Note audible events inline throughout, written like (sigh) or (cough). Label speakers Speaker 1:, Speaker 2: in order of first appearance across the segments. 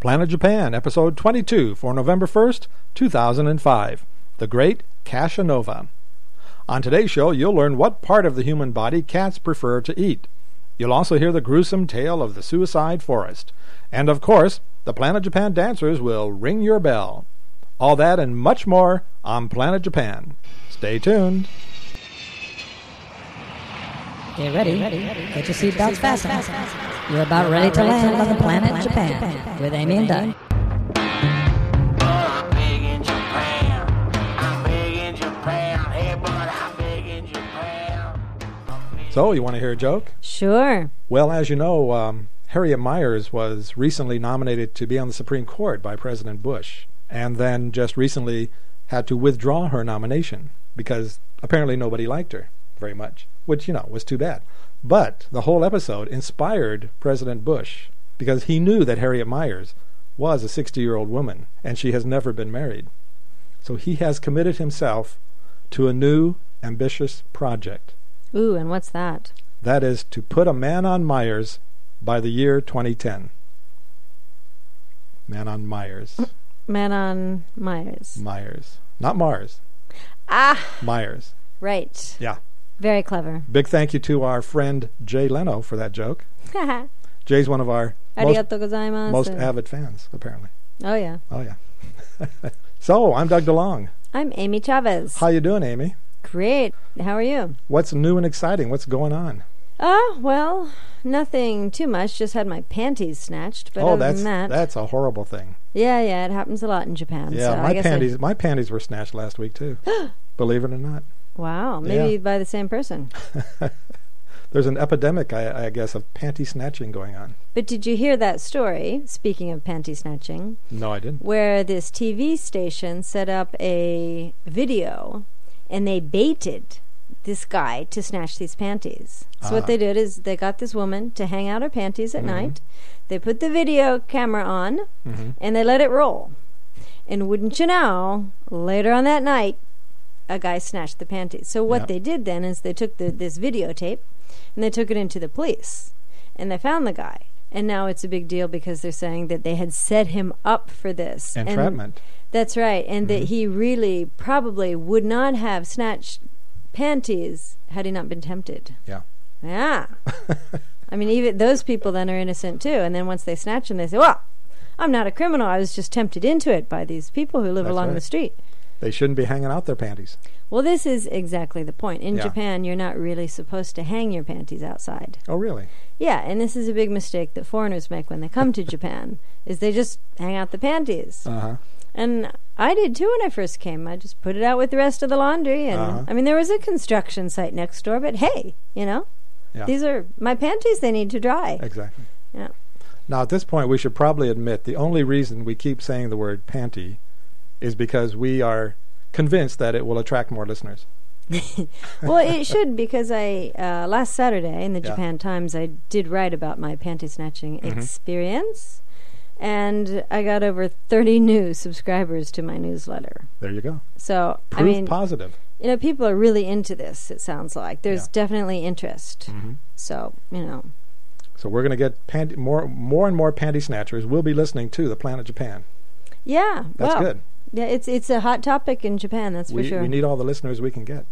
Speaker 1: Planet Japan, Episode 22, for November 1st, 2005. The Great Cashanova. On today's show, you'll learn what part of the human body cats prefer to eat. You'll also hear the gruesome tale of the suicide forest. And of course, the Planet Japan dancers will ring your bell. All that and much more on Planet Japan. Stay tuned.
Speaker 2: Get ready. Get your seatbelts fastened. You're about ready to land on the planet Japan with Amy and Doug.
Speaker 3: I'm big in Japan. I'm big in Japan. Hey, bud, I'm big in Japan.
Speaker 1: So, you want to hear a joke?
Speaker 4: Sure.
Speaker 1: Well, as you know, um, Harriet Myers was recently nominated to be on the Supreme Court by President Bush, and then just recently had to withdraw her nomination because apparently nobody liked her very much, which, you know, was too bad. But the whole episode inspired President Bush because he knew that Harriet Myers was a 60 year old woman and she has never been married. So he has committed himself to a new, ambitious project.
Speaker 4: Ooh, and what's that?
Speaker 1: That is to put a man on Myers by the year 2010. Man on Myers.
Speaker 4: Man on Myers.
Speaker 1: Myers. Not Mars.
Speaker 4: Ah,
Speaker 1: Myers.
Speaker 4: right.
Speaker 1: Yeah.
Speaker 4: Very clever.
Speaker 1: (laughs) Big thank you to our friend Jay Leno for that joke.
Speaker 4: Arigato
Speaker 1: Jay's one of our most,
Speaker 4: gozaimasu.
Speaker 1: most avid fans, apparently.
Speaker 4: oh yeah.
Speaker 1: Oh, yeah. (laughs) so, I'm Doug DeLong.
Speaker 4: I'm Amy Chavez.
Speaker 1: How you doing, Amy?
Speaker 4: Great. How are you?
Speaker 1: What's new and exciting? What's going on?
Speaker 4: Oh, well, nothing too much. Just had my panties snatched, but
Speaker 1: oh,
Speaker 4: other
Speaker 1: that's
Speaker 4: than that,
Speaker 1: that's a horrible thing.
Speaker 4: yeah, yeah, it happens a lot in Japan.
Speaker 1: Yeah,
Speaker 4: so I
Speaker 1: my
Speaker 4: guess I-
Speaker 1: panties my panties were snatched last week
Speaker 4: (gasps)
Speaker 1: too. believe it or not.
Speaker 4: wow, maybe
Speaker 1: Yeah.
Speaker 4: by the same person.
Speaker 1: There's an epidemic, I, I guess, of panty snatching going on.
Speaker 4: But did you hear that story? Speaking of panty snatching,
Speaker 1: No, I didn't.
Speaker 4: where this TV station set up a video and they baited this guy to snatch these panties. So,
Speaker 1: Ah.
Speaker 4: what they did is they got this woman to hang out her panties at
Speaker 1: Mhm.
Speaker 4: night, they put the video camera on,
Speaker 1: Mm-hmm.
Speaker 4: and they let it roll. And wouldn't you know, later on that night, a guy snatched the panties. So, what
Speaker 1: Yeah.
Speaker 4: they did then is they took the, this videotape and they took it into the police and they found the guy. And now it's a big deal because they're saying that they had set him up for this.
Speaker 1: (laughs)
Speaker 4: And-
Speaker 1: Entrapment. Mm-hmm.
Speaker 4: that's right. And that he really probably would not have snatched panties had he not been tempted.
Speaker 1: Yeah.
Speaker 4: Yeah. I mean, even those people then are innocent too. And then once they snatch them, they say, well, I'm not a criminal. I was just tempted into it by these people who live
Speaker 1: That's
Speaker 4: along
Speaker 1: right.
Speaker 4: the street.
Speaker 1: They shouldn't be hanging out their panties.
Speaker 4: Well, this is exactly the point. In
Speaker 1: Yeah.
Speaker 4: Japan, you're not really supposed to hang your panties outside.
Speaker 1: Oh, really?
Speaker 4: Yeah, and this is a big mistake that foreigners make when they
Speaker 1: (laughs)
Speaker 4: come to Japan is they just hang out the panties.
Speaker 1: Uh huh.
Speaker 4: And I did too when I first came. I just put it out with the rest of the laundry, and
Speaker 1: Uh-huh.
Speaker 4: I mean there was a construction site next door, but hey, you know,
Speaker 1: Yeah.
Speaker 4: these are my panties. They need to dry.
Speaker 1: Exactly.
Speaker 4: Yeah.
Speaker 1: Now, at this point, we should probably admit the only reason we keep saying the word panty is because we are convinced that it will attract more listeners.
Speaker 4: well, it should because I uh, last Saturday in the
Speaker 1: Yeah. Mm-hmm.
Speaker 4: Japan Times I did write about my panty snatching experience, and I got over thirty new subscribers to my newsletter.
Speaker 1: There you go.
Speaker 4: So
Speaker 1: Proof
Speaker 4: I mean,
Speaker 1: positive.
Speaker 4: you know, people are really into this. It sounds like there's
Speaker 1: Yeah. Mm.
Speaker 4: definitely interest.
Speaker 1: Mm-hmm.
Speaker 4: So you know.
Speaker 1: So we're going to get panty, more, more and more panty snatchers. We'll be listening to the Planet Japan.
Speaker 4: Yeah,
Speaker 1: That's
Speaker 4: well,
Speaker 1: good.
Speaker 4: Yeah, it's it's a hot topic in Japan, that's for
Speaker 1: we,
Speaker 4: sure.
Speaker 1: we need all the listeners we can get.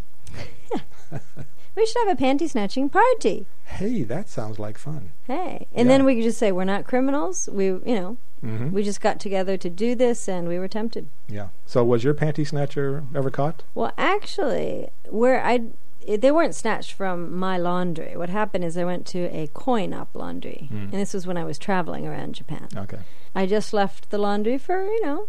Speaker 4: We should have a panty snatching party.
Speaker 1: Hey, that sounds like fun.
Speaker 4: Hey, and
Speaker 1: Yeah.
Speaker 4: then we could just say we're not criminals. We, you know,
Speaker 1: Mm-hmm.
Speaker 4: we just got together to do this, and we were tempted.
Speaker 1: Yeah. So, was your panty snatcher ever caught?
Speaker 4: Well, actually, where I it- they weren't snatched from my laundry. What happened is I went to a coin op laundry, and this was when I was traveling around Japan.
Speaker 1: Okay.
Speaker 4: I just left the laundry for, you know,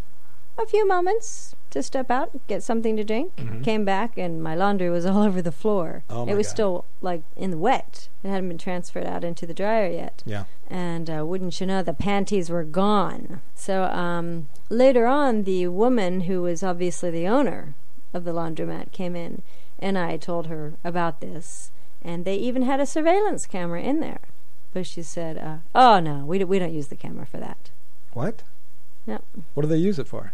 Speaker 4: a few moments to step out, get something to drink. Came back and my laundry was (laughs) all over the floor.
Speaker 1: Mm-hmm. Oh, my
Speaker 4: it was
Speaker 1: God.
Speaker 4: still like in the wet. It hadn't been transferred out into the dryer yet.
Speaker 1: Yeah.
Speaker 4: And uh, wouldn't you know, the panties were gone. So um, later on, the woman who was obviously the owner of the laundromat came in, and I told her about this. And they even had a surveillance camera in there. But she said, uh, "Oh no, we, d- we don't use the camera for that.
Speaker 1: What?
Speaker 4: No.
Speaker 1: What do they use it for?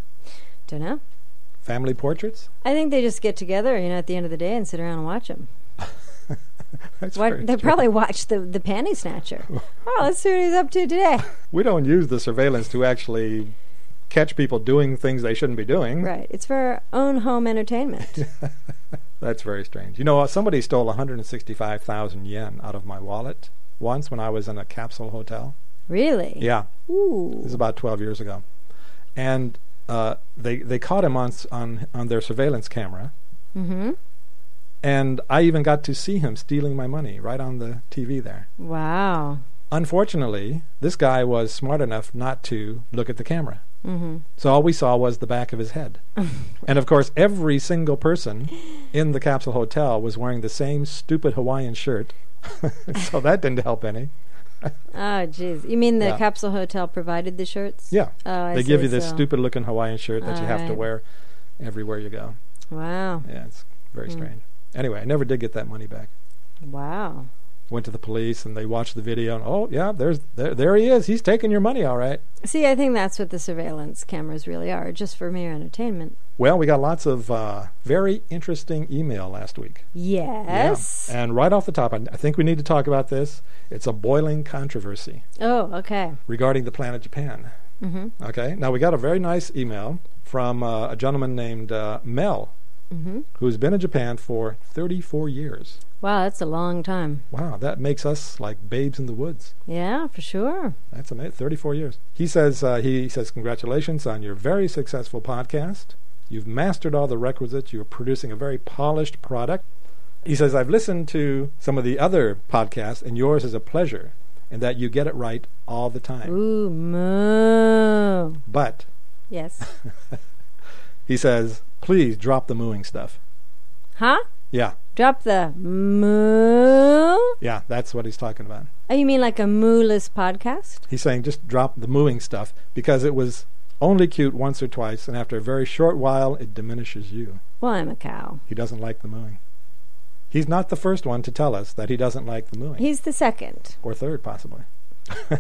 Speaker 4: Don't know.
Speaker 1: Family portraits? (laughs)
Speaker 4: I think they just get together, you know, at the end of the day and sit around and watch them.
Speaker 1: That's very
Speaker 4: What, they
Speaker 1: true.
Speaker 4: probably watched the, the panty
Speaker 1: (laughs)
Speaker 4: snatcher. oh, let's see what he's up to today.
Speaker 1: We don't use the surveillance to actually catch people doing things they shouldn't be doing.
Speaker 4: Right. It's for our own home entertainment.
Speaker 1: That's very strange. You know, somebody stole 165,000 yen out of my wallet once when I was in a capsule hotel.
Speaker 4: really?
Speaker 1: (laughs) Yeah,
Speaker 4: Ooh.
Speaker 1: it was about 12 years ago. And uh, they they caught him on, s- on on their surveillance camera,
Speaker 4: Mm-hmm.
Speaker 1: and I even got to see him stealing my money right on the TV there.
Speaker 4: Wow.
Speaker 1: Unfortunately, this guy was smart enough not to look at the camera.
Speaker 4: Mm-hmm.
Speaker 1: So all we saw was the back of his head.
Speaker 4: (laughs)
Speaker 1: and of course, every single person in the capsule hotel was wearing the same stupid Hawaiian shirt. (laughs) so that didn't help any.
Speaker 4: Oh, jeez. You mean the
Speaker 1: Yeah.
Speaker 4: capsule hotel provided the shirts?
Speaker 1: Yeah.
Speaker 4: Oh, I
Speaker 1: they give
Speaker 4: see,
Speaker 1: you this
Speaker 4: so-
Speaker 1: stupid looking Hawaiian shirt that you have to
Speaker 4: Alright.
Speaker 1: wear everywhere you go.
Speaker 4: Wow.
Speaker 1: Yeah, it's very
Speaker 4: Mm.
Speaker 1: strange. Anyway, I never did get that money back.
Speaker 4: Wow.
Speaker 1: Went to the police and they watched the video and oh yeah, there's there there he is. He's taking your money all right.
Speaker 4: See, I think that's what the surveillance cameras really are, just for mere entertainment.
Speaker 1: Well, we got lots of uh, very interesting email last week. Yeah.
Speaker 4: Yes.
Speaker 1: And right off the top, I I think we need to talk about this. It's a boiling controversy
Speaker 4: Oh, okay.
Speaker 1: regarding the planet Japan.
Speaker 4: Mm-hmm.
Speaker 1: Okay. Now, we got a very nice email from uh, a gentleman named uh, Mel,
Speaker 4: Mm-hmm.
Speaker 1: who's been in Japan for 34 years.
Speaker 4: Wow, that's a long time.
Speaker 1: Wow, that makes us like babes in the woods.
Speaker 4: Yeah, for sure.
Speaker 1: That's amazing. 34 years. He says, uh, he says, congratulations on your very successful podcast. You've mastered all the requisites. You're producing a very polished product. He says, I've listened to some of the other podcasts, and yours is a pleasure, and that you get it right all the time.
Speaker 4: Ooh, moo.
Speaker 1: But
Speaker 4: Yes.
Speaker 1: he says, please drop the mooing stuff.
Speaker 4: huh?
Speaker 1: Yeah,
Speaker 4: Drop the moo.
Speaker 1: yeah, that's what he's talking about.
Speaker 4: Oh, you mean like a mooless podcast?
Speaker 1: He's saying just drop the mooing stuff because it was only cute once or twice, and after a very short while, it diminishes you.
Speaker 4: Well, I'm a cow.
Speaker 1: He doesn't like the mooing. He's not the first one to tell us that he doesn't like the mooing,
Speaker 4: He's the second.
Speaker 1: or third, possibly.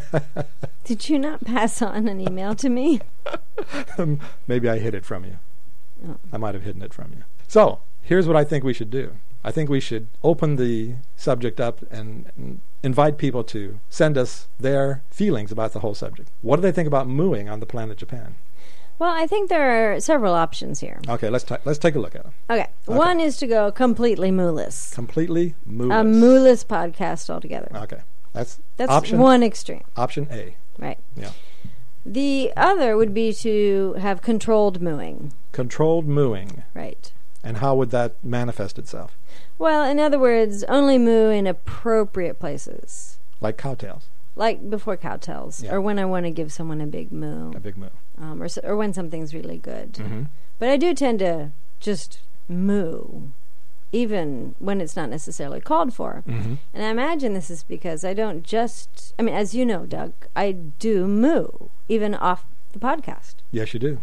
Speaker 1: (laughs)
Speaker 4: Did you not pass on an email to me?
Speaker 1: Maybe I hid it from you.
Speaker 4: Oh.
Speaker 1: I might have hidden it from you. So, here's what I think we should do I think we should open the subject up and, and invite people to send us their feelings about the whole subject. What do they think about mooing on the planet Japan?
Speaker 4: Well, I think there are several options here.
Speaker 1: Okay, let's, ta let's take a look at them.
Speaker 4: Okay. One is to go completely mooless.
Speaker 1: Completely mooing.
Speaker 4: A mooless Uh, podcast altogether.
Speaker 1: Okay, that's,
Speaker 4: That's
Speaker 1: option,
Speaker 4: one extreme,
Speaker 1: option A.
Speaker 4: right?
Speaker 1: Yeah.
Speaker 4: The other would be to have controlled mooing,
Speaker 1: Controlled mooing.
Speaker 4: right?
Speaker 1: And how would that manifest itself?
Speaker 4: Well, in other words, only moo in appropriate places,
Speaker 1: Like cowtails,
Speaker 4: like before cowtails,
Speaker 1: Yeah.
Speaker 4: or when I want to give someone a big moo,
Speaker 1: a big moo.
Speaker 4: um, or, s- or when something's really good.
Speaker 1: Mm-hmm.
Speaker 4: But I do tend to just moo, even when it's not necessarily called for.
Speaker 1: Mm-hmm.
Speaker 4: And I imagine this is because I don't just, I mean, as you know, Doug, I do moo, even off the podcast.
Speaker 1: Yes, you do.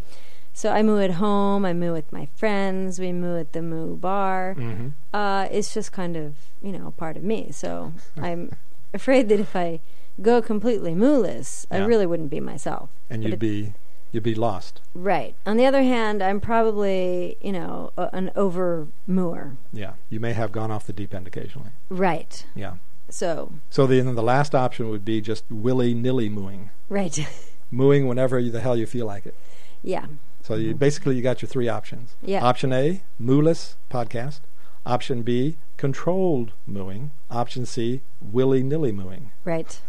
Speaker 4: So I moo at home, I moo with my friends, we moo at the moo bar.
Speaker 1: Mm-hmm.
Speaker 4: Uh, it's just kind of, you know, a part of me. So I'm afraid that if I go completely mooless, I
Speaker 1: Yeah.
Speaker 4: really wouldn't be myself.
Speaker 1: And
Speaker 4: But
Speaker 1: you'd
Speaker 4: it-
Speaker 1: be you'd be lost.
Speaker 4: Right. On the other hand, I'm probably, you know, a, an over mooer.
Speaker 1: Yeah, you may have gone off the deep end occasionally.
Speaker 4: Right.
Speaker 1: Yeah.
Speaker 4: So,
Speaker 1: So the, then the last option would be just willy nilly mooing,
Speaker 4: right. (laughs)
Speaker 1: mooing whenever you, the hell you feel like it.
Speaker 4: yeah.
Speaker 1: So you, basically, you got your three options.
Speaker 4: Yeah.
Speaker 1: Option A, mooless podcast. Option B, controlled mooing. Option C, willy nilly mooing.
Speaker 4: (laughs) Right.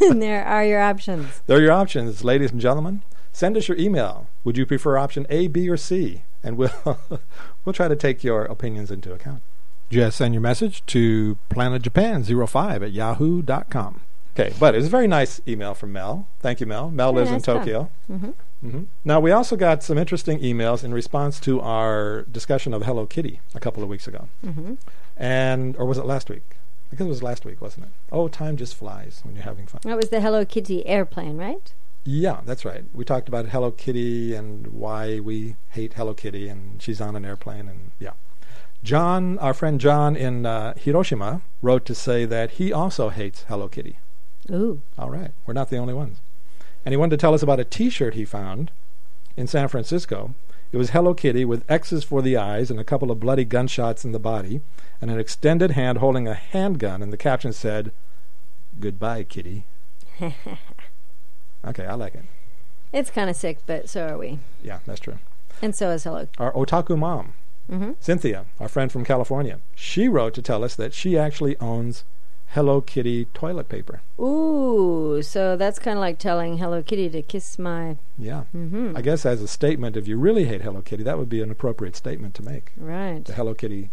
Speaker 4: and there are your options.
Speaker 1: There are your options, ladies and gentlemen. Send us your email. Would you prefer option A, B, or C? And we'll (laughs) we'll try to take your opinions into account. Just send your message to planetjapan05 at yahoo.com. Okay, but it was a very nice email from Mel. Thank you, Mel. Mel
Speaker 4: Very
Speaker 1: lives
Speaker 4: nice
Speaker 1: in
Speaker 4: job.
Speaker 1: Tokyo.
Speaker 4: hmm
Speaker 1: hmm Now, we also got some interesting emails in response to our discussion of Hello Kitty a couple of weeks ago.
Speaker 4: hmm
Speaker 1: And, or was it last week? I guess it was last week, wasn't it? Oh, time just flies when you're having fun.
Speaker 4: That was the Hello Kitty airplane, right?
Speaker 1: Yeah, that's right. We talked about Hello Kitty and why we hate Hello Kitty, and she's on an airplane, and yeah. John, our friend John in uh, Hiroshima, wrote to say that he also hates Hello Kitty.
Speaker 4: Ooh.
Speaker 1: All right, we're not the only ones. And he wanted to tell us about a T-shirt he found in San Francisco. It was Hello Kitty with X's for the eyes and a couple of bloody gunshots in the body, and an extended hand holding a handgun, and the caption said, Goodbye, Kitty. okay, I like it.
Speaker 4: It's kind of sick, but so are we.
Speaker 1: Yeah, that's true.
Speaker 4: And so is Hello.
Speaker 1: Our otaku mom,
Speaker 4: Mhm.
Speaker 1: Cynthia, our friend from California, she wrote to tell us that she actually owns Hello Kitty toilet paper.
Speaker 4: Ooh, so that's kind of like telling Hello Kitty to kiss my.
Speaker 1: Yeah.
Speaker 4: Mm-hmm.
Speaker 1: I guess as a statement, if you really hate Hello Kitty, that would be an appropriate statement to make.
Speaker 4: Right.
Speaker 1: The Hello Kitty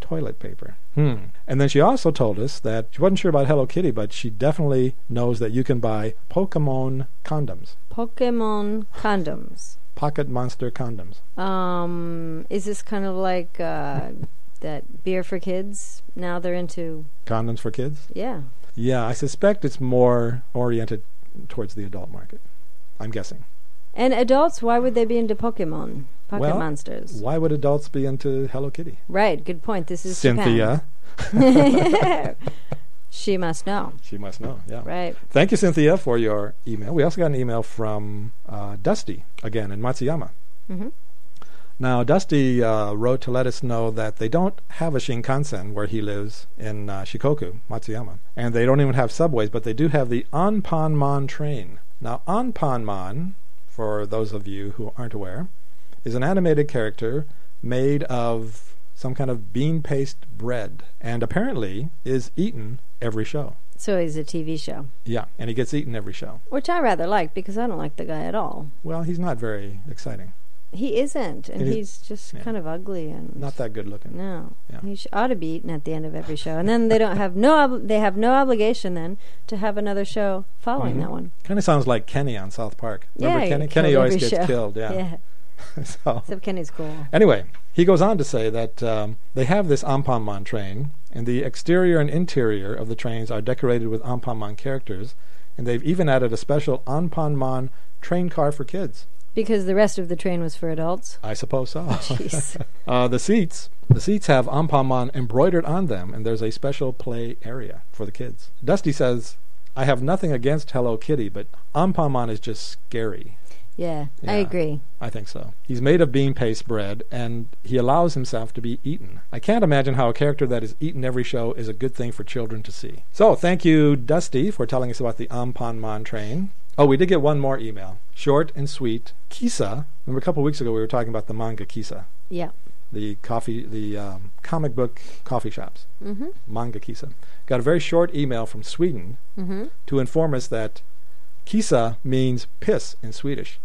Speaker 1: toilet paper. Hmm. And then she also told us that she wasn't sure about Hello Kitty, but she definitely knows that you can buy Pokemon condoms,
Speaker 4: Pokemon condoms.
Speaker 1: pocket monster condoms.
Speaker 4: Um, is this kind of like uh, that beer for kids? Now they're into
Speaker 1: Condoms for kids?
Speaker 4: yeah.
Speaker 1: Yeah, I suspect it's more oriented towards the adult market. I'm guessing.
Speaker 4: And adults, why would they be into Pokemon? Pocket
Speaker 1: Well,
Speaker 4: monsters.
Speaker 1: Why would adults be into Hello Kitty?
Speaker 4: right. Good point. This is Japan.
Speaker 1: Cynthia,
Speaker 4: (laughs)
Speaker 1: (laughs)
Speaker 4: she must know.
Speaker 1: she must know. Yeah.
Speaker 4: Right.
Speaker 1: Thank you, Cynthia, for your email. We also got an email from uh, Dusty again in Matsuyama.
Speaker 4: Mhm.
Speaker 1: Now, Dusty uh, wrote to let us know that they don't have a Shinkansen where he lives in uh, Shikoku, Matsuyama, and they don't even have subways, but they do have the Anpanman train. Now, Anpanman, for those of you who aren't aware, is an animated character made of some kind of bean paste bread, and apparently is eaten every show.
Speaker 4: So he's a TV show,
Speaker 1: Yeah, and he gets eaten every show.
Speaker 4: which I rather like because I don't like the guy at all.
Speaker 1: Well, he's not very exciting.
Speaker 4: He isn't, and
Speaker 1: It is-
Speaker 4: he's just
Speaker 1: yeah.
Speaker 4: kind of ugly and
Speaker 1: Not that good looking.
Speaker 4: No,
Speaker 1: Yeah.
Speaker 4: he sh- ought to be eaten at the end of every show, and then they don't have no ob- they have no obligation then to have another show following
Speaker 1: Mhm.
Speaker 4: that one.
Speaker 1: Kind of sounds like Kenny on South Park. Remember
Speaker 4: yeah,
Speaker 1: Kenny?
Speaker 4: he got
Speaker 1: Kenny
Speaker 4: killed
Speaker 1: always
Speaker 4: every
Speaker 1: gets
Speaker 4: show.
Speaker 1: killed. Yeah. (laughs) so
Speaker 4: except Kenny's cool.
Speaker 1: anyway, he goes on to say that um, they have this Ampanman train, and the exterior and interior of the trains are decorated with Ampanman characters, and they've even added a special Ampanman train car for kids.
Speaker 4: Because the rest of the train was for
Speaker 1: (laughs)
Speaker 4: adults.
Speaker 1: I suppose so.
Speaker 4: Jeez.
Speaker 1: Uh, the seats, the seats have Ampaman embroidered on them, and there's a special play area for the kids. Dusty says, "I have nothing against Hello Kitty, but Ampaman is just scary."
Speaker 4: yeah, I
Speaker 1: Yeah.
Speaker 4: agree.
Speaker 1: I think so. He's made of bean paste bread, and he allows himself to be eaten. I can't imagine how a character that is eaten every show is a good thing for children to see. So, thank you, Dusty, for telling us about the Ampanman train. Oh, we did get one more email. Short and sweet. Kisa. Remember, a couple of weeks ago, we were talking about the manga Kisa
Speaker 4: Yeah.
Speaker 1: the coffee, the um, comic book coffee shops,
Speaker 4: Mm-hmm.
Speaker 1: manga Kisa, got a very short email from Sweden
Speaker 4: Mm-hmm.
Speaker 1: to inform us that Kisa means piss in Swedish.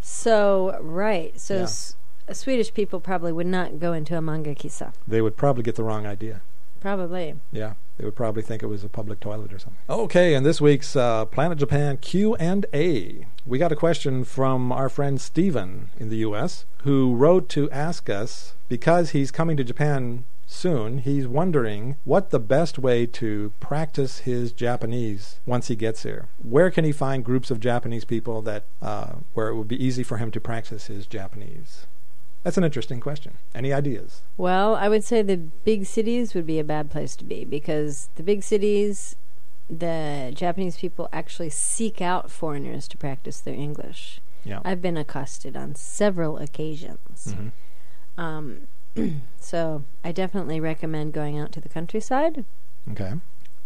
Speaker 4: So right, so
Speaker 1: Yeah.
Speaker 4: s- Swedish people probably would not go into a manga kisa.
Speaker 1: They would probably get the wrong idea.
Speaker 4: Probably.
Speaker 1: Yeah, they would probably think it was a public toilet or something. Okay, and this week's uh, Planet Japan Q and A, we got a question from our friend Steven in the U.S. who wrote to ask us because he's coming to Japan soon. He's wondering what the best way to practice his Japanese once he gets here. Where can he find groups of Japanese people that uh, where it would be easy for him to practice his Japanese? That's an interesting question. Any ideas?
Speaker 4: Well, I would say the big cities would be a bad place to be because the big cities, the Japanese people actually seek out foreigners to practice their English.
Speaker 1: Yeah.
Speaker 4: I've been accosted on several occasions.
Speaker 1: Mhm.
Speaker 4: Um, (clears throat) so I definitely recommend going out to the countryside
Speaker 1: Okay.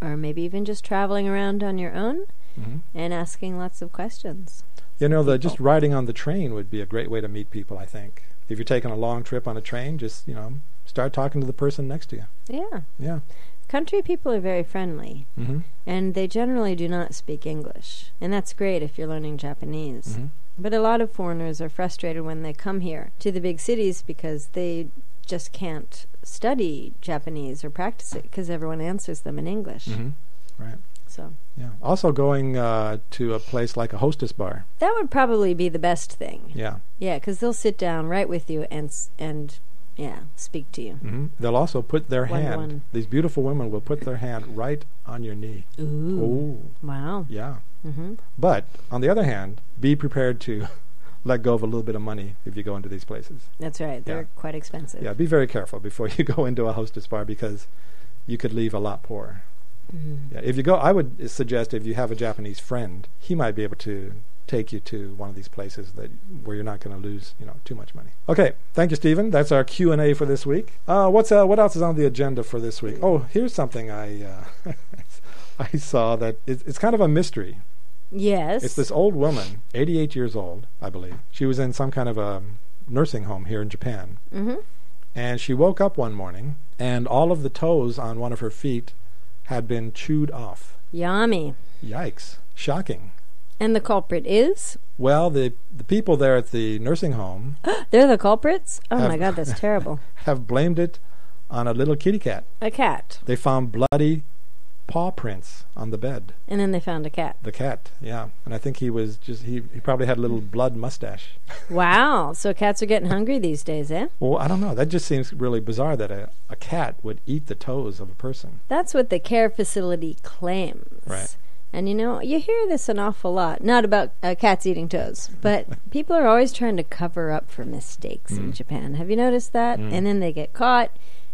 Speaker 4: or maybe even just traveling around on your own
Speaker 1: hmm
Speaker 4: and asking lots of questions.
Speaker 1: You know, the, just riding on the train would be a great way to meet people, I think. If you're taking a long trip on a train, just, you know, start talking to the person next to you.
Speaker 4: Yeah.
Speaker 1: Yeah.
Speaker 4: Country people are very friendly.
Speaker 1: Mm-hmm.
Speaker 4: and they generally do not speak English. And that's great if you're learning Japanese.
Speaker 1: Mhm.
Speaker 4: But a lot of foreigners are frustrated when they come here to the big cities because they just can't study Japanese or practice it because everyone answers them in English.
Speaker 1: Mm-hmm. Right.
Speaker 4: So
Speaker 1: Yeah. Also, going uh, to a place like a hostess bar.
Speaker 4: that would probably be the best thing.
Speaker 1: Yeah.
Speaker 4: Yeah, because they'll sit down right with you and s- and yeah, speak to you.
Speaker 1: Mm-hmm. They'll also put their
Speaker 4: One,
Speaker 1: hand,
Speaker 4: one.
Speaker 1: these beautiful women will put their hand right on your knee.
Speaker 4: Ooh,
Speaker 1: Oh,
Speaker 4: wow.
Speaker 1: yeah.
Speaker 4: Mm-hmm.
Speaker 1: But on the other hand, be prepared to (laughs) let go of a little bit of money if you go into these places.
Speaker 4: That's right. They're
Speaker 1: Yeah.
Speaker 4: quite expensive.
Speaker 1: Yeah. Be very careful before (laughs) you go into a hostess bar because you could leave a lot poorer.
Speaker 4: Mhm.
Speaker 1: Yeah, if you go, I would suggest if you have a Japanese friend, he might be able to take you to one of these places that where you're not going to lose you know too much money. Okay, thank you, Stephen. That's our Q and A for this week. Uh, what's uh, what else is on the agenda for this week? Oh, here's something I uh, (laughs) I saw that it, it's kind of a mystery.
Speaker 4: Yes.
Speaker 1: It's this old woman, 88 years old, I believe. She was in some kind of a nursing home here in Japan,
Speaker 4: Mm-hmm.
Speaker 1: and she woke up one morning and all of the toes on one of her feet had been chewed off.
Speaker 4: Yummy.
Speaker 1: Yikes! Shocking.
Speaker 4: And the culprit is? (gasps)
Speaker 1: Well, the the people there at the nursing home
Speaker 4: They're the culprits? Oh my
Speaker 1: Have- (laughs)
Speaker 4: god, that's terrible.
Speaker 1: have blamed it on a little kitty cat.
Speaker 4: A cat.
Speaker 1: They found bloody paw prints on the bed.
Speaker 4: And then they found a cat.
Speaker 1: The cat, yeah. And I think he was just, he, he probably had a little blood mustache.
Speaker 4: Wow. So cats are getting hungry these days, eh?
Speaker 1: Well, I don't know. That just seems really bizarre that a, a cat would eat the toes of a person.
Speaker 4: That's what the care facility claims.
Speaker 1: Right.
Speaker 4: And you know, you hear this an awful lot. Not about uh, cats eating toes,
Speaker 1: (laughs)
Speaker 4: but people are always trying to cover up for mistakes in Japan. Have you noticed that?
Speaker 1: Mm.
Speaker 4: And then they get caught,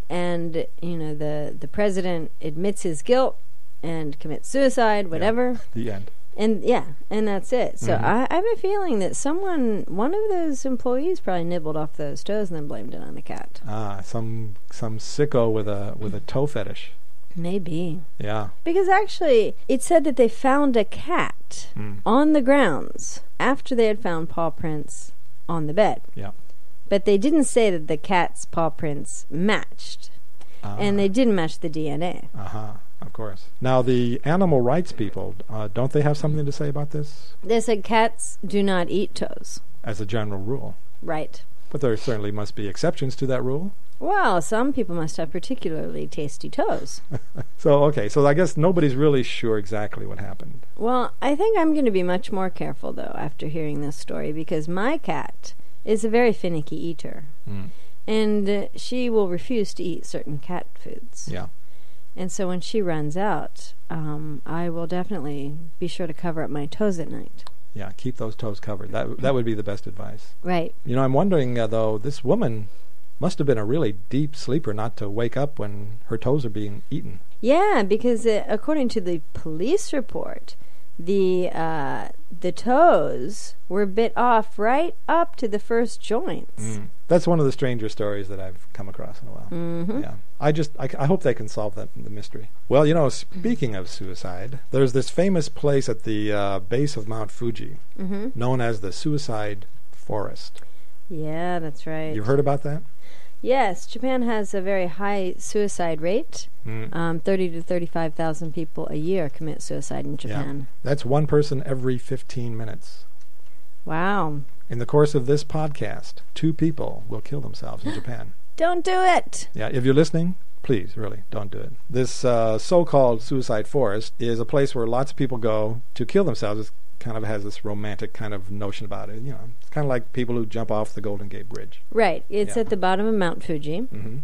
Speaker 4: and you know the the president admits his guilt and commits suicide, whatever.
Speaker 1: The end.
Speaker 4: And yeah, and that's it. So
Speaker 1: Mhm.
Speaker 4: I, I have a feeling that someone, one of those employees, probably nibbled off those toes and then blamed it on the cat.
Speaker 1: Ah, some some sicko with a with a toe fetish.
Speaker 4: Maybe.
Speaker 1: Yeah.
Speaker 4: Because actually, it said that they found a cat
Speaker 1: Mm.
Speaker 4: on the grounds after they had found paw prints on the bed.
Speaker 1: Yeah.
Speaker 4: But they didn't say that the cat's paw prints matched,
Speaker 1: Ah.
Speaker 4: and they didn't match the DNA.
Speaker 1: Uh huh. Of course. Now the animal rights people, uh, don't they have something to say about this
Speaker 4: They said cats do not eat toes.
Speaker 1: as a general rule?
Speaker 4: Right.
Speaker 1: But there certainly must be exceptions to that rule.
Speaker 4: Well, some people must have particularly tasty toes.
Speaker 1: So okay, so I guess nobody's really sure exactly what happened.
Speaker 4: Well, I think I'm going to be much more careful, though, after hearing this story, because my cat is a very finicky eater.
Speaker 1: Mm.
Speaker 4: And uh, she will refuse to eat certain cat foods.
Speaker 1: Yeah.
Speaker 4: And so when she runs out, um, I will definitely be sure to cover up my toes at night.
Speaker 1: Yeah, keep those toes covered. That that would be the best advice.
Speaker 4: Right.
Speaker 1: You know, I'm wondering uh, though, this woman must have been a really deep sleeper not to wake up when her toes are being eaten.
Speaker 4: Yeah, because uh, according to the police report, the uh, the toes were bit off right up to the first joints.
Speaker 1: That's one of the stranger stories that I've come across in a while.
Speaker 4: Mm-hmm.
Speaker 1: Yeah. I just I, I hope they can solve that the mystery. Well, you know, speaking of suicide, there's this famous place at the uh, base of Mount Fuji
Speaker 4: Mm-hmm.
Speaker 1: known as the Suicide Forest.
Speaker 4: Yeah, that's right.
Speaker 1: You've heard about that?
Speaker 4: Yes, Japan has a very high suicide rate.
Speaker 1: Mm.
Speaker 4: Um, Thirty to thirty-five thousand people a year commit suicide in Japan.
Speaker 1: That's one person every 15 minutes.
Speaker 4: Wow!
Speaker 1: In the course of this podcast, two people will kill themselves in Japan.
Speaker 4: Don't do it.
Speaker 1: Yeah, if you're listening, please, really, don't do it. This uh, so called suicide forest is a place where lots of people go to kill themselves. It kind of has this romantic kind of notion about it. You know, it's kind of like people who jump off the Golden Gate Bridge.
Speaker 4: Right. It's
Speaker 1: Yeah.
Speaker 4: at the bottom of Mount Fuji.
Speaker 1: hmm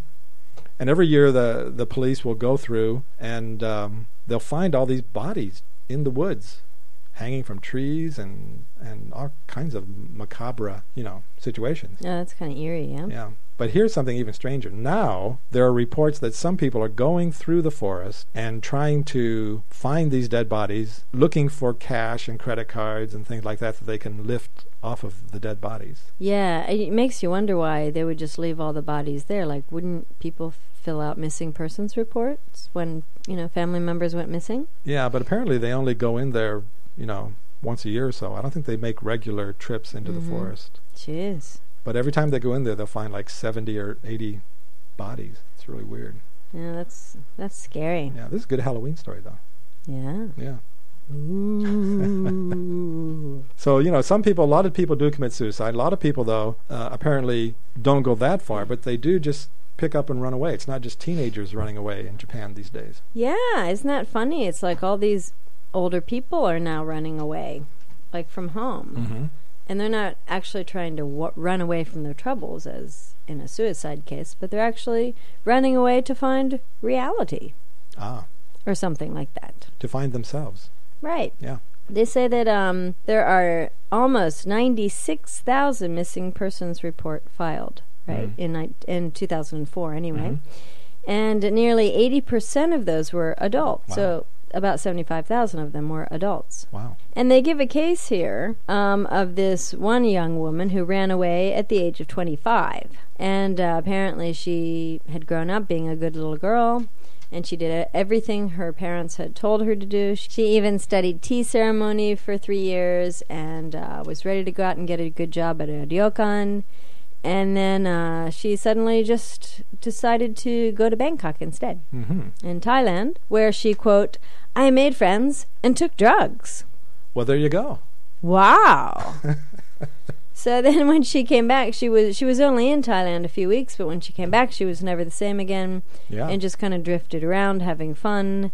Speaker 1: And every year, the, the police will go through and um, they'll find all these bodies in the woods, hanging from trees and, and all kinds of macabre, you know, situations.
Speaker 4: Oh, that's kind of eerie, yeah?
Speaker 1: Yeah. But here's something even stranger. Now there are reports that some people are going through the forest and trying to find these dead bodies, looking for cash and credit cards and things like that that they can lift off of the dead bodies.
Speaker 4: Yeah, it it makes you wonder why they would just leave all the bodies there. Like, wouldn't people f- fill out missing persons reports when, you know, family members went missing?
Speaker 1: Yeah, but apparently they only go in there, you know, once a year or so. I don't think they make regular trips into
Speaker 4: Mhm.
Speaker 1: the forest.
Speaker 4: Jeez.
Speaker 1: But every time they go in there, they'll find like 70 or 80 bodies. It's really weird.
Speaker 4: Yeah, that's that's scary.
Speaker 1: Yeah, this is a good Halloween story though.
Speaker 4: Yeah.
Speaker 1: Yeah.
Speaker 4: Ooh.
Speaker 1: So you know, some people, a lot of people do commit suicide. A lot of people, though, uh, apparently don't go that far, but they do just pick up and run away. It's not just teenagers running away in Japan these days.
Speaker 4: yeah, isn't that funny? It's like all these older people are now running away, like from home.
Speaker 1: Mm-hmm.
Speaker 4: And they're not actually trying to w- run away from their troubles, as in a suicide case, but they're actually running away to find reality
Speaker 1: Ah,
Speaker 4: or something like that.
Speaker 1: to find themselves.
Speaker 4: Right.
Speaker 1: Yeah.
Speaker 4: They say that um, there are almost 96,000 missing persons report filed, right,
Speaker 1: Mm-hmm.
Speaker 4: in, ni- in 2004 anyway. And nearly 80% of those were adults.
Speaker 1: Wow.
Speaker 4: So about 75,000 of them were adults.
Speaker 1: Wow.
Speaker 4: And they give a case here um, of this one young woman who ran away at the age of 25. And uh, apparently, she had grown up being a good little girl. And she did e-, everything her parents had told her to do. She even studied tea ceremony for three years and uh, was ready to go out and get a good job at a ryokan. And then uh, she suddenly just decided to go to Bangkok instead
Speaker 1: hmm
Speaker 4: in Thailand, where she, quote, I made friends and took drugs.
Speaker 1: Well, there you go. (laughs)
Speaker 4: Wow. so then (laughs) when she came back, she was she was only in Thailand a few weeks, but when she came back, she was never the same again
Speaker 1: Yeah.
Speaker 4: and just kind of drifted around having fun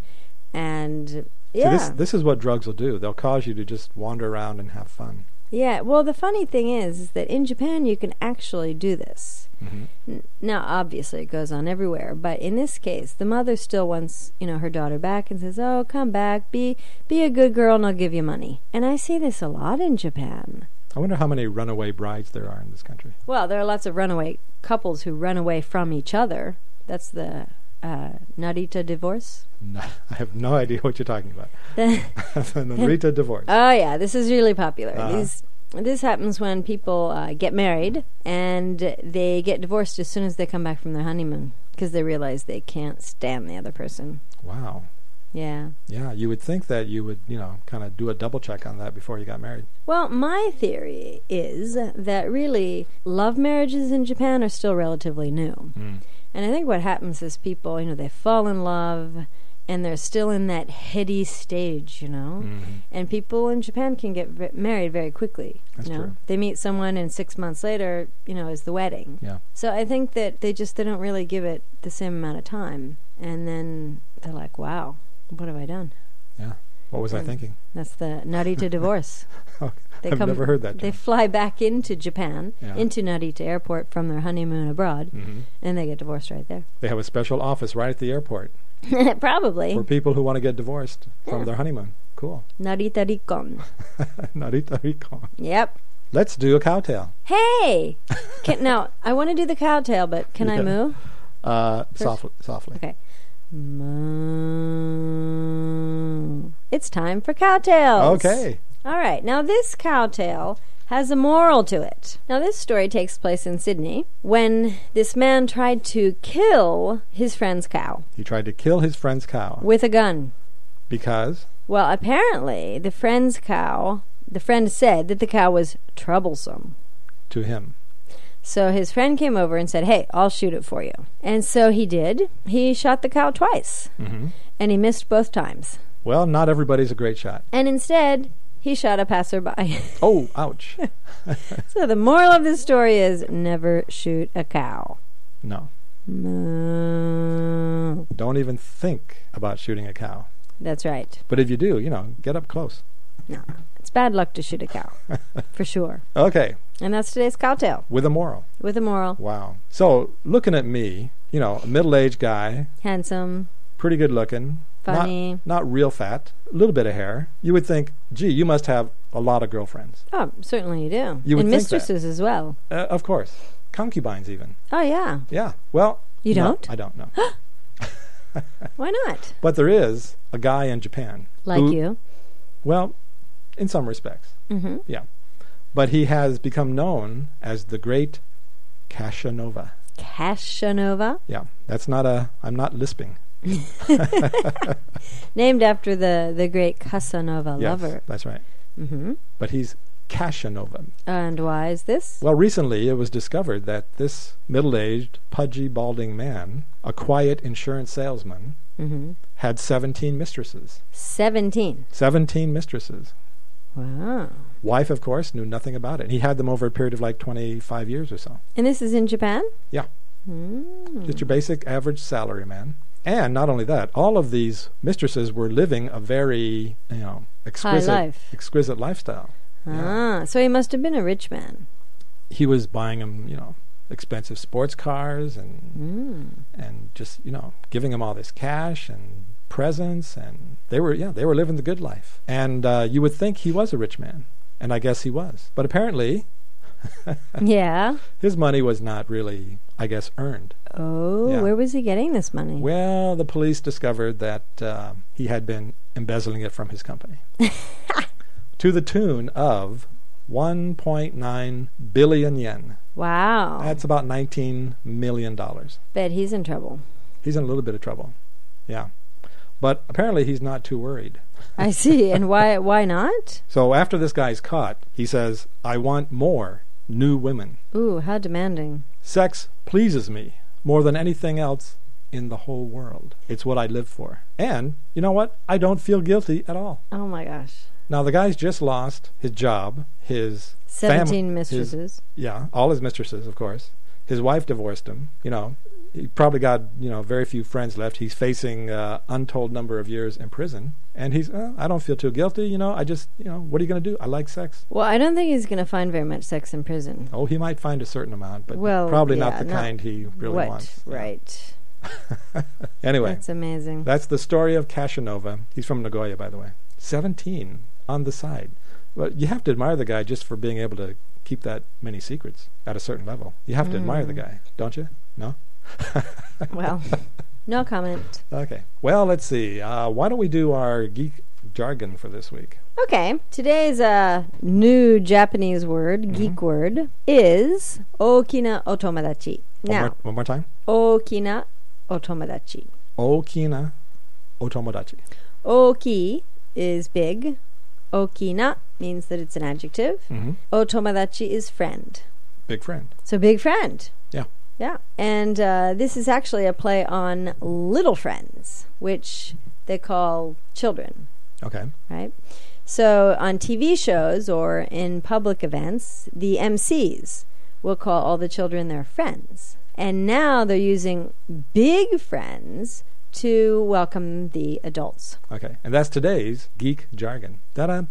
Speaker 4: and
Speaker 1: See,
Speaker 4: yeah.
Speaker 1: this this is what drugs will do. They'll cause you to just wander around and have fun.
Speaker 4: yeah, well the funny thing is, is that in Japan you can actually do this.
Speaker 1: Mhm.
Speaker 4: N- Now, obviously, it goes on everywhere, but in this case, the mother still wants, you know, her daughter back and says, "Oh, come back, be be a good girl, and I'll give you money." And I see this a lot in Japan.
Speaker 1: I wonder how many runaway brides there are in this country.
Speaker 4: Well, there are lots of runaway couples who run away from each other. That's the uh, Narita divorce. (laughs)
Speaker 1: No, (laughs) I have no idea what you're talking about. (laughs)
Speaker 4: The-
Speaker 1: the Rita divorce.
Speaker 4: oh yeah, this is really popular.
Speaker 1: Uh-huh.
Speaker 4: These this happens when people uh, get married and they get divorced as soon as they come back from their honeymoon because they realize they can't stand the other person.
Speaker 1: wow.
Speaker 4: Yeah.
Speaker 1: Yeah, you would think that you would, you know, kind of do a double check on that before you got married.
Speaker 4: Well, my theory is that really love marriages in Japan are still relatively new.
Speaker 1: Mm.
Speaker 4: And I think what happens is people, you know, they fall in love and they're still in that heady stage, you know.
Speaker 1: Mm-hmm.
Speaker 4: And people in Japan can get v- married very quickly.
Speaker 1: That's
Speaker 4: you know?
Speaker 1: true.
Speaker 4: They meet someone and six months later, you know, is the wedding.
Speaker 1: Yeah.
Speaker 4: So I think that they just they don't really give it the same amount of time. And then they're like, wow, what have I done?
Speaker 1: What was I
Speaker 4: Mm.
Speaker 1: thinking?
Speaker 4: That's the
Speaker 1: (laughs)
Speaker 4: Narita divorce. They
Speaker 1: I've never heard that
Speaker 4: They
Speaker 1: term.
Speaker 4: fly back into Japan,
Speaker 1: Yeah.
Speaker 4: into Narita Airport from their honeymoon abroad,
Speaker 1: hmm
Speaker 4: and they get divorced right there. (laughs)
Speaker 1: They have a special office right at the airport
Speaker 4: Probably.
Speaker 1: for people who want to get divorced from
Speaker 4: Yeah.
Speaker 1: their honeymoon. Cool. (laughs)
Speaker 4: Narita Rikon.
Speaker 1: Narita Rico.
Speaker 4: Yep.
Speaker 1: Let's do a cowtail.
Speaker 4: Hey! Can, now, I want to do the cowtail, but can I
Speaker 1: Yeah.
Speaker 4: moo?
Speaker 1: Uh, softly. softly.
Speaker 4: Okay. Moo. It's time for cowtails.
Speaker 1: Okay.
Speaker 4: All right. Now, this cowtail has a moral to it. Now, this story takes place in Sydney when this man tried to kill his friend's cow
Speaker 1: He tried to kill his friend's cow
Speaker 4: with a gun.
Speaker 1: because
Speaker 4: Well, apparently, the friend's cow, the friend said that the cow was troublesome.
Speaker 1: to him.
Speaker 4: So his friend came over and said, Hey, I'll shoot it for you. And so he did. He shot the cow twice,
Speaker 1: hmm
Speaker 4: and he missed both times.
Speaker 1: Well, not everybody's a great shot.
Speaker 4: And instead, he shot a passerby. (laughs)
Speaker 1: Oh, ouch.
Speaker 4: so the moral of this story is never shoot a cow.
Speaker 1: no.
Speaker 4: Moo.
Speaker 1: Don't even think about shooting a cow.
Speaker 4: That's right.
Speaker 1: But if you do, you know, get up close.
Speaker 4: No, it's bad luck to shoot a
Speaker 1: (laughs)
Speaker 4: cow, for sure.
Speaker 1: Okay,
Speaker 4: And that's today's cowtail
Speaker 1: with a moral.
Speaker 4: with a moral.
Speaker 1: Wow. So, looking at me, you know, a middle aged guy,
Speaker 4: Handsome,
Speaker 1: pretty good looking,
Speaker 4: funny.
Speaker 1: Not, not real fat, a little bit of hair, you would think, gee, you must have a lot of girlfriends.
Speaker 4: Oh, certainly you do.
Speaker 1: You would think
Speaker 4: and
Speaker 1: that.
Speaker 4: mistresses as well.
Speaker 1: Uh, of course. Concubines, even.
Speaker 4: Oh, yeah.
Speaker 1: Yeah. Well,
Speaker 4: You
Speaker 1: no,
Speaker 4: don't?
Speaker 1: I
Speaker 4: (gasps)
Speaker 1: don't know.
Speaker 4: Why not?
Speaker 1: but there is a guy in Japan.
Speaker 4: Like
Speaker 1: who-
Speaker 4: you.
Speaker 1: Well, in some respects.
Speaker 4: hmm
Speaker 1: But he has become known as the great Casanova.
Speaker 4: Cashanova.
Speaker 1: Yeah, that's not a. I'm not lisping.
Speaker 4: named after the, the great Casanova
Speaker 1: Yes,
Speaker 4: lover.
Speaker 1: that's right.
Speaker 4: hmm
Speaker 1: But he's Casanova.
Speaker 4: And why is this?
Speaker 1: Well, recently it was discovered that this middle-aged, pudgy, balding man, a quiet insurance salesman,
Speaker 4: hmm
Speaker 1: had 17 mistresses.
Speaker 4: 17.
Speaker 1: 17 mistresses.
Speaker 4: Wow.
Speaker 1: Wife, of course, knew nothing about it. He had them over a period of like 25 years or so.
Speaker 4: And this is in Japan?
Speaker 1: Yeah.
Speaker 4: Mm.
Speaker 1: Just your basic average salary man. And not only that, all of these mistresses were living a very, you know, exquisite,
Speaker 4: life.
Speaker 1: exquisite lifestyle. yeah.
Speaker 4: Ah, so he must have been a rich man.
Speaker 1: He was buying them, you know, expensive sports cars and (laughs)
Speaker 4: Mm.
Speaker 1: and just you know giving them all this cash and presents and they were yeah they were living the good life and uh, you would think he was a rich man and i guess he was but apparently
Speaker 4: yeah.
Speaker 1: his money was not really I guess, earned.
Speaker 4: Oh,
Speaker 1: Yeah.
Speaker 4: where was he getting this money?
Speaker 1: Well, the police discovered that uh, he had been embezzling it from his company to the tune of 1.9 billion yen.
Speaker 4: Wow.
Speaker 1: That's about 19 million dollars.
Speaker 4: Bet he's in trouble.
Speaker 1: He's in a little bit of trouble. Yeah. But apparently he's not too worried.
Speaker 4: I see. And why why not?
Speaker 1: So after this guy's caught, he says, "I want more new women.
Speaker 4: Ooh, how demanding.
Speaker 1: Sex pleases me more than anything else in the whole world. It's what I live for." And, you know what? I don't feel guilty at all.
Speaker 4: Oh my gosh.
Speaker 1: Now the guy's just lost his job, his fam-
Speaker 4: 17
Speaker 1: his-
Speaker 4: mistresses.
Speaker 1: yeah, all his mistresses, of course. His wife divorced him. You know, he probably got you know very few friends left. He's facing uh, untold number of years in prison, and he's uh, I don't feel too guilty. You know, I just you know what are you going to do? I like sex.
Speaker 4: Well, I don't think he's going to find very much sex in prison.
Speaker 1: Oh, he might find a certain amount, but
Speaker 4: Well,
Speaker 1: probably
Speaker 4: yeah,
Speaker 1: not the
Speaker 4: not
Speaker 1: kind he really
Speaker 4: what?
Speaker 1: wants. Yeah.
Speaker 4: Right.
Speaker 1: Anyway,
Speaker 4: That's amazing.
Speaker 1: That's the story of Casanova. He's from Nagoya, by the way. 17 on the side. Well, you have to admire the guy just for being able to keep that many secrets at a certain level. You have to admire the
Speaker 4: Mm.
Speaker 1: guy, don't you? No? (laughs)
Speaker 4: well, no comment.
Speaker 1: Okay. Well, let's see. Uh, why don't we do our geek jargon for this week?
Speaker 4: Okay. Today's uh, new Japanese word,
Speaker 1: Mm-hmm.
Speaker 4: geek word, is okina otomodachi.
Speaker 1: One,
Speaker 4: Now,
Speaker 1: more, one more time.
Speaker 4: okina otomodachi.
Speaker 1: Okina otomodachi.
Speaker 4: Oki is big. Okina means that it's an adjective.
Speaker 1: hmm
Speaker 4: Otomodachi is friend.
Speaker 1: Big friend.
Speaker 4: So big friend.
Speaker 1: Yeah.
Speaker 4: Yeah. And uh, this is actually a play on little friends, which they call children,
Speaker 1: Okay.
Speaker 4: right? So on TV shows or in public events, the MCs will call all the children their friends. And now they're using big friends to welcome the adults.
Speaker 1: Okay. And that's today's geek jargon.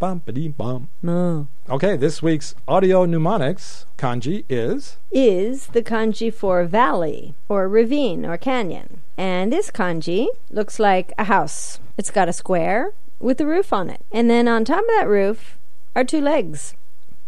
Speaker 1: Da-da-bum-ba-dee-bum. Okay, this week's audio mnemonics kanji is
Speaker 4: is the kanji for valley or ravine or canyon. And this kanji looks like a house. It's got a square with a roof on it. And then on top of that roof are two legs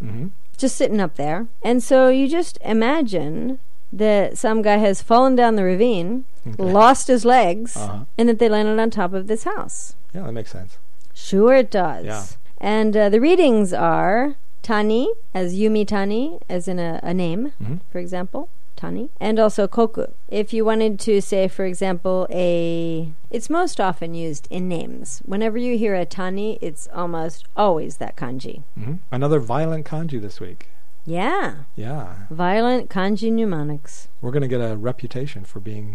Speaker 1: Mhm.
Speaker 4: just sitting up there. And so you just imagine that some guy has fallen down the ravine, lost his legs,
Speaker 1: Uh-huh.
Speaker 4: and that they landed on top of this house.
Speaker 1: Yeah, that makes sense.
Speaker 4: Sure, it does.
Speaker 1: Yeah.
Speaker 4: And uh, the readings are Tani, as Yumi Tani, as in a, a name,
Speaker 1: Mhm.
Speaker 4: for example, Tani, and also Koku. If you wanted to say, for example, a. It's most often used in names. Whenever you hear a Tani, it's almost always that kanji.
Speaker 1: hmm Another violent kanji this week.
Speaker 4: Yeah.
Speaker 1: Yeah,
Speaker 4: Violent kanji mnemonics.
Speaker 1: we're going to get a reputation for being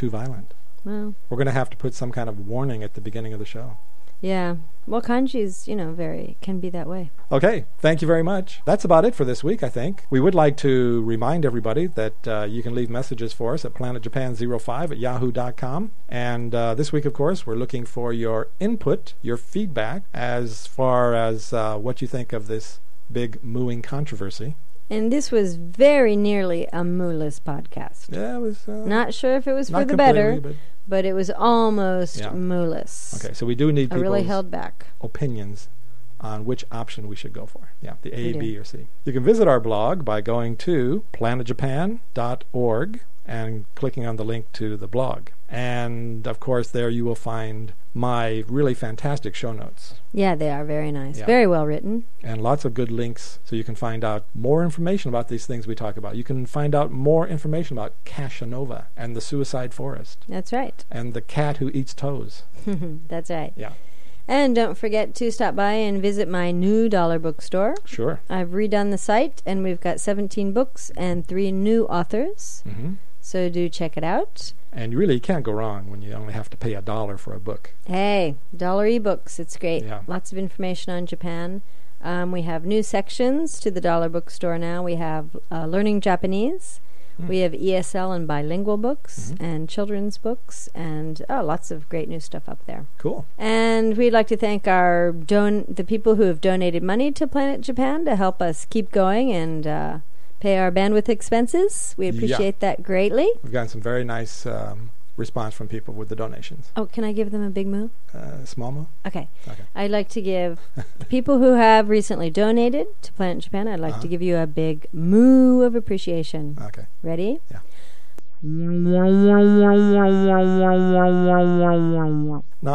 Speaker 1: too violent.
Speaker 4: Well,
Speaker 1: We're going to have to put some kind of warning at the beginning of the show.
Speaker 4: yeah. Well, kanji is, you know, very. can be that way.
Speaker 1: Okay, thank you very much. That's about it for this week, I think. We would like to remind everybody that uh, you can leave messages for us at planetjapan05 at yahoo.com. And uh, this week, of course, we're looking for your input, your feedback, as far as uh, what you think of this big mooing controversy.
Speaker 4: And this was very nearly a Moolas podcast.
Speaker 1: Yeah, it was. Uh,
Speaker 4: Not sure if it was for
Speaker 1: not
Speaker 4: the better.
Speaker 1: completely,
Speaker 4: but it was almost
Speaker 1: Yeah.
Speaker 4: mooless.
Speaker 1: But, okay, so we do need
Speaker 4: I
Speaker 1: people.
Speaker 4: really held back.
Speaker 1: opinions on which option we should go for. Yeah, the
Speaker 4: We
Speaker 1: A,
Speaker 4: do.
Speaker 1: B, or C. You can visit our blog by going to planetjapan.org and clicking on the link to the blog. And of course, there you will find my really fantastic show notes
Speaker 4: Yeah, they are very nice,
Speaker 1: Yeah.
Speaker 4: very well written.
Speaker 1: and lots of good links so you can find out more information about these things we talk about. You can find out more information about Casanova and the suicide forest
Speaker 4: That's right. (laughs)
Speaker 1: and the cat who eats toes.
Speaker 4: That's right.
Speaker 1: Yeah,
Speaker 4: And don't forget to stop by and visit my new dollar bookstore.
Speaker 1: sure.
Speaker 4: I've redone the site, and we've got 17 books and three new authors.
Speaker 1: hmm
Speaker 4: So do check it out.
Speaker 1: And you really can't go wrong when you only have to pay a dollar for a book.
Speaker 4: Hey, dollar ebooks. It's great.
Speaker 1: Yeah.
Speaker 4: Lots of information on Japan. Um, we have new sections to the dollar bookstore now. We have uh, learning Japanese.
Speaker 1: Hmm.
Speaker 4: We have ESL and bilingual books
Speaker 1: Mm-hmm.
Speaker 4: and children's books and oh, lots of great new stuff up there.
Speaker 1: Cool.
Speaker 4: And we'd like to thank our don- the people who have donated money to Planet Japan to help us keep going and uh, pay our bandwidth expenses. We
Speaker 1: Yeah.
Speaker 4: appreciate that greatly.
Speaker 1: We've gotten some very nice um, response from people with the donations.
Speaker 4: Oh, can I give them a big moo?
Speaker 1: Uh, small mo?
Speaker 4: Okay.
Speaker 1: Okay.
Speaker 4: I'd like
Speaker 1: (laughs)
Speaker 4: to give the people who have recently donated to Planet Japan, I'd like to
Speaker 1: Uh-huh.
Speaker 4: give you a big moo of appreciation.
Speaker 1: Okay.
Speaker 4: Ready?
Speaker 1: Yeah. Now,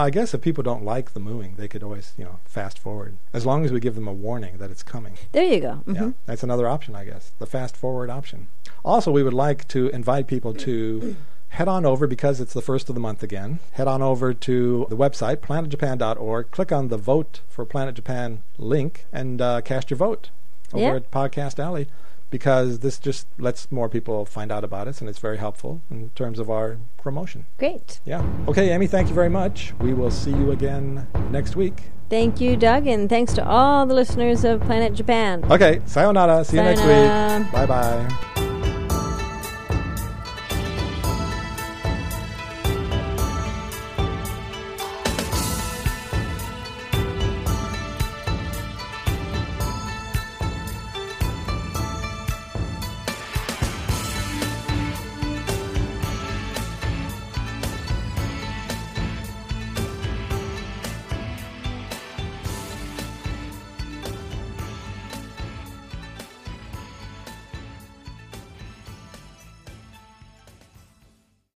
Speaker 1: I guess if people don't like the mooing, they could always, you know, fast forward. As long as we give them a warning that it's coming.
Speaker 4: There you go. Mhm.
Speaker 1: Yeah, that's another option, I guess, the fast forward option. Also, we would like to invite people
Speaker 4: (clears throat)
Speaker 1: to head on over because it's the first of the month again. Head on over to the website, planetjapan.org, click on the Vote for Planet Japan link, and uh, cast your vote over
Speaker 4: Yeah.
Speaker 1: at Podcast Alley because this just lets more people find out about us and it's very helpful in terms of our promotion.
Speaker 4: Great.
Speaker 1: Yeah. Okay, Amy, thank you very much. We will see you again next week.
Speaker 4: Thank you, Doug, and thanks to all the listeners of Planet Japan.
Speaker 1: Okay, sayonara. See you next
Speaker 4: Sayonara.
Speaker 1: week. Bye bye.